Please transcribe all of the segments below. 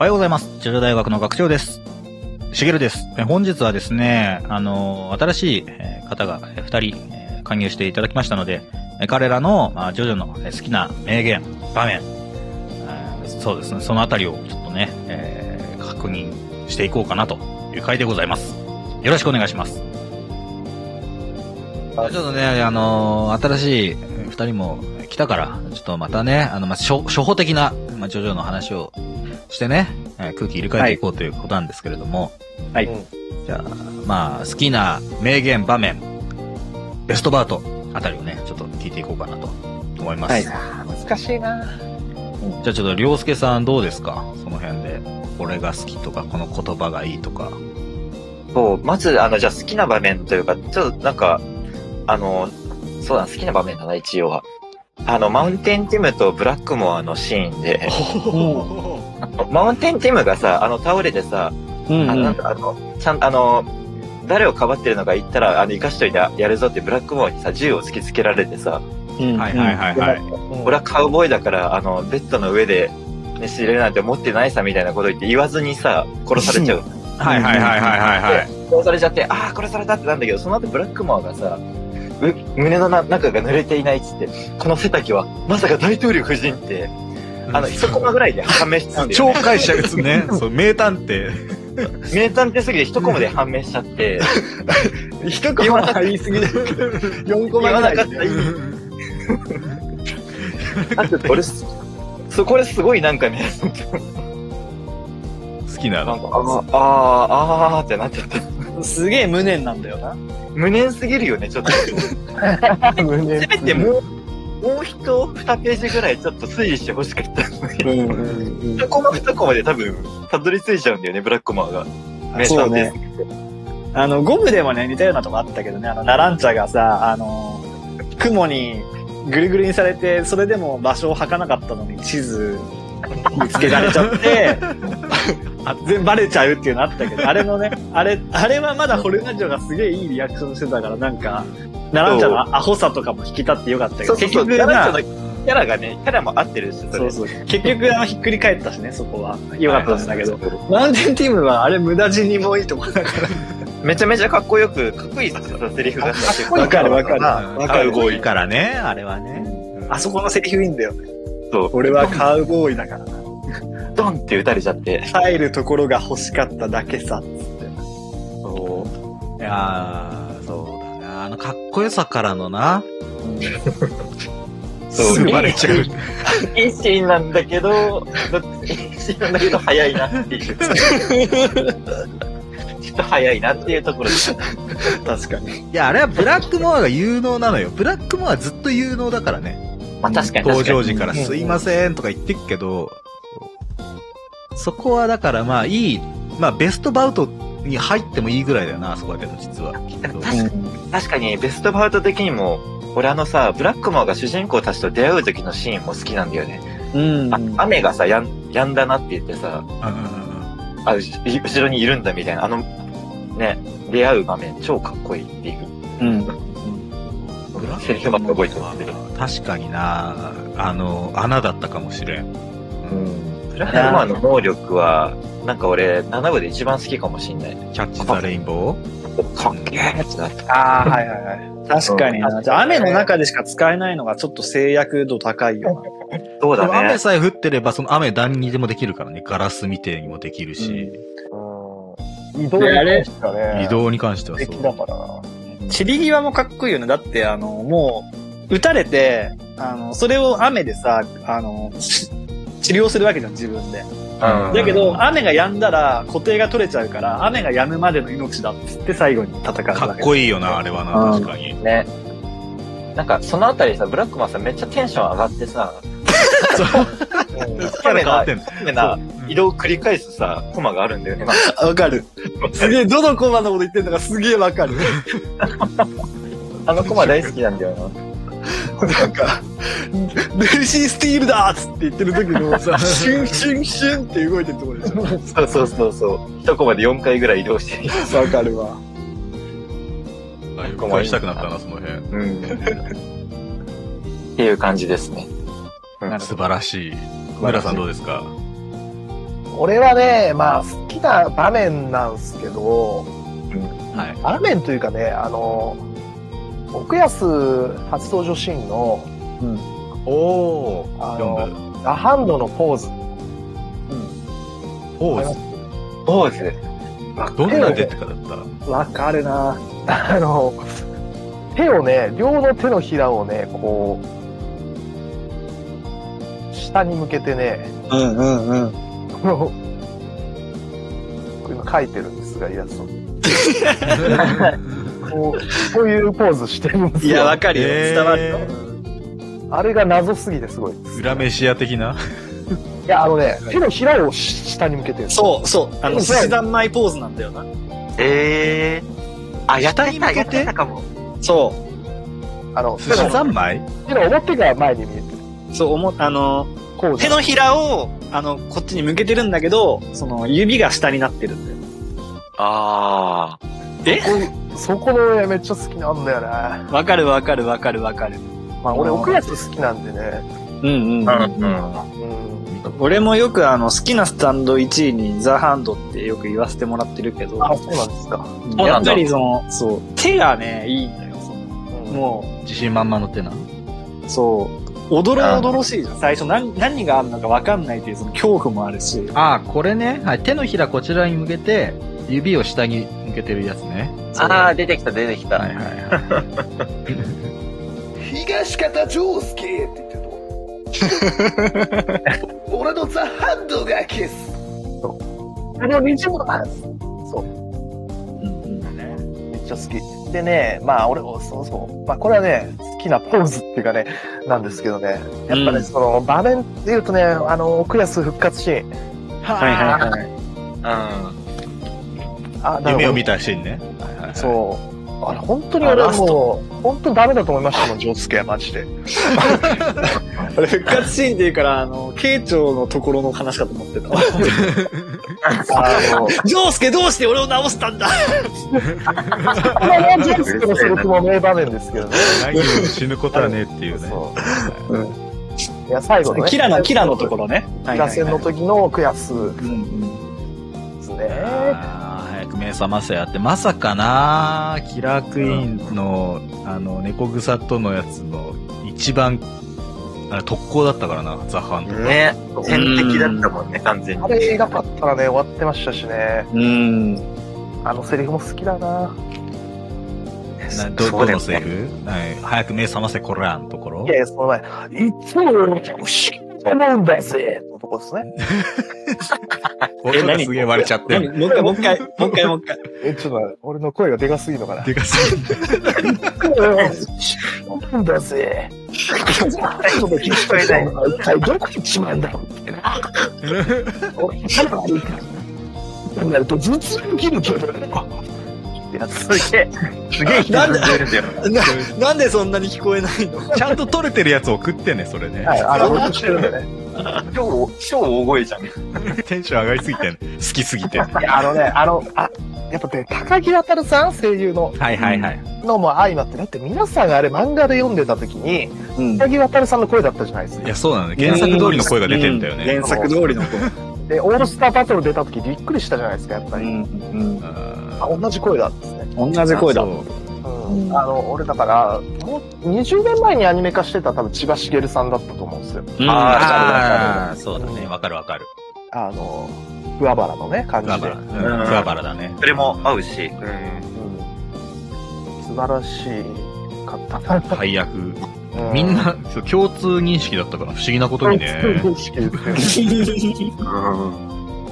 おはようございます。ジョジョ大学の学長です。しげるです。え本日はですね、あの、新しいえー方がえー2人えー加入していただきましたので、えー彼らの、まあ、ジョジョのえー好きな名言、場面、あーそうですね、そのあたりをちょっとね、えー確認していこうかなという回でございます。よろしくお願いします。ちょっとね、あの新しい2人も来たから、ちょっとまたね、あの、まあ、初初歩的な、まあ、ジョジョの話をしてね、えー空気入れ替えていこうということなんですけれども、はいうんじゃあ、まあ、好きな名言、場面、ベストバートあたりをね、ちょっと聞いていこうかなと思います。はいじゃ難しいなあちょっと、りょうすけさんどうですかその辺で。これが好きとか、この言葉がいいとか。そう、まず、あの、じゃあ好きな場面というか、ちょっとなんか、あの、そうだ、好きな場面だな、一応は。あの、マウンテンティムとブラックモアのシーンで、マウンテンティムがさ、あの、倒れてさ、うんあの、なんかあの、ちゃん、あの、誰をかばってるのか言ったら、あの、生かしといてやるぞってブラックモアにさ、銃を突きつけられてさ、うんはいはいはいはい。俺はカウボーイだから、あの、ベッドの上で、ね、知れるなんて思ってないさ、みたいなこと言って言わずにさ、殺されちゃう。はいはいはいはいはいはい。殺されちゃって、ああ、殺されたってなんだけど、その後ブラックモアがさ、う胸のな中が濡れていないっつって、この背丈は、まさか大統領夫人って、あの、一コマぐらいで判明したんだよ、超ね。解釈です ね。そう、名探偵。名探偵すぎて一コマで判明しちゃって、一コマは言い過ぎだけど、4言コマぐわらないかった意味。あと、 俺、そう、これすごいなんかね、好きななんの。か、あーあー、あーってなっちゃって、すげえ無念なんだよな。無念すぎるよね、ちょっと。無念。せめてもう、もう一、二ページぐらいちょっと推理してほしかったのに。うんうん一コマ二コマで多分、たどり着いちゃうんだよね、ブラックモアが。うん。そうね。あの、ゴムでもね、似たようなとこあったけどね、あの、ナランチャがさ、あの、雲にぐるぐるにされて、それでも場所を吐かなかったのに地図見つけられちゃって、あ全部バレちゃうっていうのあったけど、あれのね、あれ、あれはまだホルナジョがすげえいいリアクションしてたから、なんか、ナランチャのアホさとかも引き立ってよかったけそうど、そうそ結う。局キャラの、なキャラがね、キャラも合ってるし、そそれう。そう。結局、あの、ひっくり返ったしね、そこは。よかったんだけど。マウンテンティームは、あれ、無駄死にもいいとこだから。めちゃめちゃかっこよく、かっこいいさ、セリフがさ。わかるわかるわわかかる。る動いからね、あれはね。あそこのセリフいいんだよね。そう俺はカウボーイだから。ドンって打たれちゃって。入るところが欲しかっただけさ、つって。いやー、そうだな。あの、かっこよさからのな。そうす ぐバレちゃう。いいシーンなんだけど、いいシーンなんだけど、早いなっていう。ちょっと早いなっていうところで。確かに。いや、あれはブラックモアが有能なのよ。ブラックモアずっと有能だからね。まあ確かに登確か場に。時からすいませんとか言ってっけど、そこはだからまあいい、まあベストバウトに入ってもいいぐらいだよな、あそこだけど実は。きっと確確かに、ベストバウト的にも、俺あのさ、ブラックモアが主人公たちと出会う時のシーンも好きなんだよね。うんあ雨がさ、やん、やんだなって言ってさ、うんうんあ、うし後ろにいるんだみたいな、あの、ね、出会う場面、超かっこいいっていう。うん。うんブラックセリフばっか覚えてますけど。モア確かにな、あの、穴だったかもしれん。うん。ブラックモアの能力は、なんか俺、7部で一番好きかもしんない。キャッチザレインボーかっけえってなった。ああ、はいはいはい。 確かにうな。んじゃあ雨の中でしか使えないのがちょっと制約度高いよな。そうだでも雨ね。さえ降ってれば、その雨何にでもできるからね。ガラスみてえにもできるし、移動あれしかね移動に関しては素そう敵。だからな。散り際もかっこいいよね。だって、あの、もう、撃たれて、あの、それを雨でさ、あの、し治療するわけじゃん、自分で。うんだけど、雨が止んだら固定が取れちゃうから、雨が止むまでの命だっつって最後に戦うわけ。かっこいいよな、あれはな、うん確かに。ね。なんか、そのあたりさ、ブラックマンさ、めっちゃテンション上がって さ、キャラ変わってんの。雨な移動を繰り返すさ、コマがあるんだよね。なんかわかる。すげえ、どのコマのこと言ってんのかすげえわかる。 あのコマ大好きなんだよな。なんか、ルーシースティールだーっつって言ってる時の、シュンシュンシュンって動いてるところでしそうそうそうそう。一コマで4回ぐらい移動して。ょ。わかるわ。あ、よく返したくなったな、その辺。うん。っていう感じですね。素晴らしい。村さんどうですか俺はね、まあ、好きな場面なんですけど、はい。場面というかね、あの、奥安初登場シーンの、おお。あ4の、部。アハンドのポーズ。 ポーポーズ。ズ。どんな出てかだった わかるなあの、手をね、両の手のひらをね、こう、下に向けてね、うんうんうん。この、今書いてるんですが、イラストにこう、こういうポーズしてるんですいよ。や、わかるよ。えー伝わるよ。あれが謎すぎてすごい。裏飯屋的ないや、あのね、手のひらを下に向けてる。そうそう。あの、そう寿司三昧ポーズなんだよな。ええあ、やってた、やってたかも。そあの、手寿司の三昧手の表が前に見えてる。う。そう、思っあの、こうじ手ゃんのひらを、あの、こっちに向けてるんだけど、その、指が下になってるんだよ。ああ。そこのね、めっちゃ好きなんだよね。まわかるわかるわかるわかる。あ、俺、奥安好きなんでね。うんうん。うん。うん。俺もよくあの、好きなスタンド1位にザ・ハンドってよく言わせてもらってるけど、あ、そうなんですか。そうやなんだっぱりその、そう、手がね、いいんだよ。そのもも自信満々の手な。う、そう、おどろおどろしいじゃん。最初何、何があるのかわかんないっていうその恐怖もあるし。ああ、これね。はい。手のひらこちらに向けて、指を下に向けてるやつね。ああ、出てきた、出てきた。はいはいはい。う、東方丈介って言ってるとこ。俺のザ・ハンドが消す。そう。俺の虹も、あ、そう。めっちゃ好き。でね、まあ俺、そうそう。まあこれはね、好きなポーズっていうかね、なんですけどね。やっぱね、うんその場面で言うとね、あの、奥安復活シーン。はいはいはい。うん。あ、夢を見た。たシーンね。 はいはいはいそう。あれ、本当に俺あラスもう、本当にダメだと思いましたもん、ジョースケはマジで。俺復活シーンっていうから、あの、慶長のところの話かと思ってた。あの、 ジョースケどうして俺を直したんだこれはジョースケのセリフも名場面ですけどね。ないように死ぬことはねえっていうね。そう。ういや、最後のね。キラの、キラのところね。キラ戦の時の奥安うんうん。ですね。あー早く目覚ませやって。まさかなキラークイーンの、あの、猫草とのやつの一番、あれ特攻だったからな、ザ・ハンド。ね。天敵だったもんね、完全あに。れがかったらね、終わってましたしね。うん。あのセリフも好きだなな。どそうどだよのセリフはい早く目覚ませ、こらんところい。やいや、その前、いつも俺の不思議と思うんだぜのとこですね。俺がすげえ割れちゃって何る。もう一回、もう一回、もう一回、もう一回。え、ちょっと待って俺の声がでかすぎるのかな。でかすぎる。思うんだぜ。その聞き取れないのは一体どこ行っちまうんだろうってな。俺、腹が悪いから。そうなると頭痛が起きるけど。いや、すげえ、すげえひどい。なんで出るんだよ。 な、なんでそんなに聞こえないのちゃんと取れてるやつ送ってね、それね。はい、あの、落としてるんだね。超、超大声じゃん。テンション上がりすぎてん好きすぎてんはい や、あのね、あの、あ、やっぱね、高木渉さん、声優の、いはいはい。のも相まって、だって皆さんがあれ漫画で読んでた時に、うん高木渉さんの声だったじゃないですかい。や、そうなのね。原作通りの声が出てんだようね。原作通りの声。で、オールスターバトル出た時びっくりしたじゃないですか、やっぱり。んあ、同じ声だっつって。うん。同じ声だ。そううん。あの、俺だから、もう20年前にアニメ化してた多分千葉茂さんだったと思うんですよ。あーああ、そうだね。わかるわかる。あの、桑原のね、感クじワでバラ。。うんクワバラだね。それも合うし。うん。うん。素晴らしいかったな。配役。うみん、な、そう共通認識だったから不思議なことに ね。うん好きですねうん。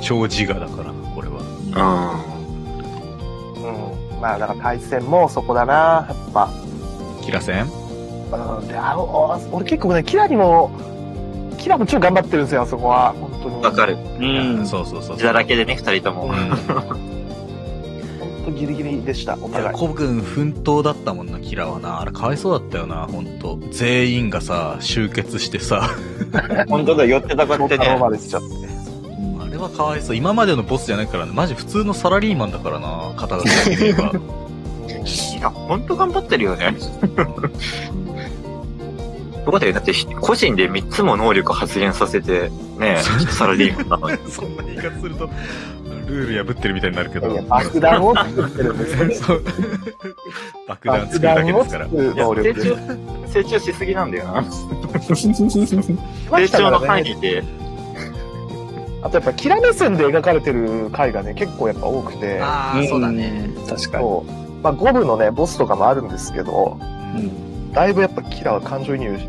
超自我だから、これは。うん。まあ、だから対戦もそこだな、やっぱ。キラ戦うん。で、あの、あ俺結構ね、キラにも、キラも超頑張ってるんですよ、あそこは。本当に。わかる。ういやん。そうそうそう。血だらけでね、二人とも。本当ギリギリでした、おいや、互い。コブ君奮闘だったもんな、キラはな。あれ、かわいそうだったよな、ほんと。全員がさ、集結してさ、本当だ、寄ってたかって頼ね。まれちゃって。あれはかわいそう。今までのボスじゃないからね、マジ普通のサラリーマンだからな、肩が見れば。 いや、本当頑張ってるよね。そうだよ。だって、個人で3つも能力発現させて、ね、サラリーマンなのに。そんな言い方すると、ルール破ってるみたいになるけど。 いや爆弾を作ってるんですよね。そう爆弾作るだけですから。爆弾を作る成 能力。長、成長しすぎなんだよな。ま成した長からのね範囲で、あとやっぱ、キラメ線で描かれてる回がね、結構やっぱ多くて、ああ、そうだね。ん。確かに。そう。まあ、ゴムのね、ボスとかもあるんですけど、だいぶやっぱキラは感情移入し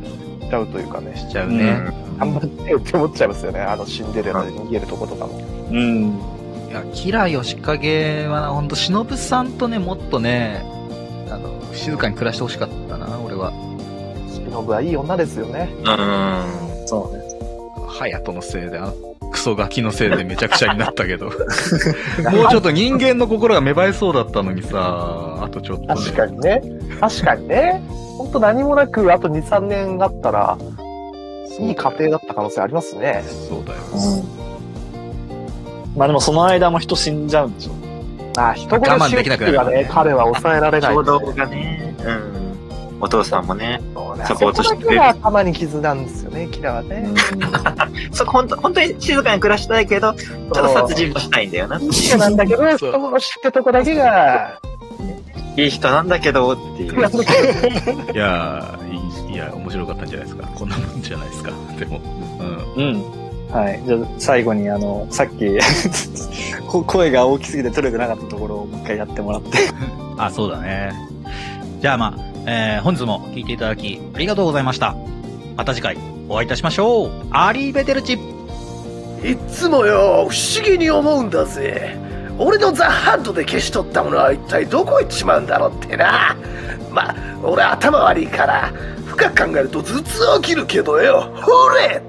ちゃうというかね、しちゃうね。頑張ってよって思っちゃいますよね。あの、シンデレラで逃げるとことかも。うん。いや、キラ吉影はな、ほんと、忍さんとね、もっとね、あの、静かに暮らしてほしかったな、俺は。忍はいい女ですよね。うーん。そうね。隼人のせいで、あのクソガキのせいでめちゃくちゃになった けど。もうちょっと人間の心が芽生えそうだったのにさ、あとちょっと、ね。確かにね。 確かにね。ほんと何もなく、あと2、3年あったら、いい家庭だった可能性ありますね。そうだよ。まあでもその間も人死んじゃうんでし ょ。ああ、人我殺慢しできなくなるがね、彼は抑えられない、衝動がね、うん。お父さんもね、そうねサポートしてそこだけが頭に傷なんですよね、キラはね。そこ本当、本当に静かに暮らしたいけど、ちょっと殺人もしたいんだよな。 いキラなんだけど、人殺しってとこだけが、い人なんだけど、っていいう。やーいい、いや、面白かったんじゃないですか。こんなもんじゃないですか。でも、うん。うん。はい。じゃあ最後にあの、さっき こ、声が大きすぎて取れてなかったところをもう一回やってもらって。 あ、そうだね。じゃあまあ、えー本日も聞いていただき、ありがとうございました。また次回、お会いいたしましょう。アリーベテルチいっつもよ不思議に思うんだぜ俺のザ・ハンドで消し取ったものは一体どこ行っちまうんだろうってなまあ俺頭悪いから深く考えると頭痛を切るけどよほれ